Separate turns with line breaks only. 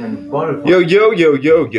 and butterflies.
Yo, yo, yo, yo, yo.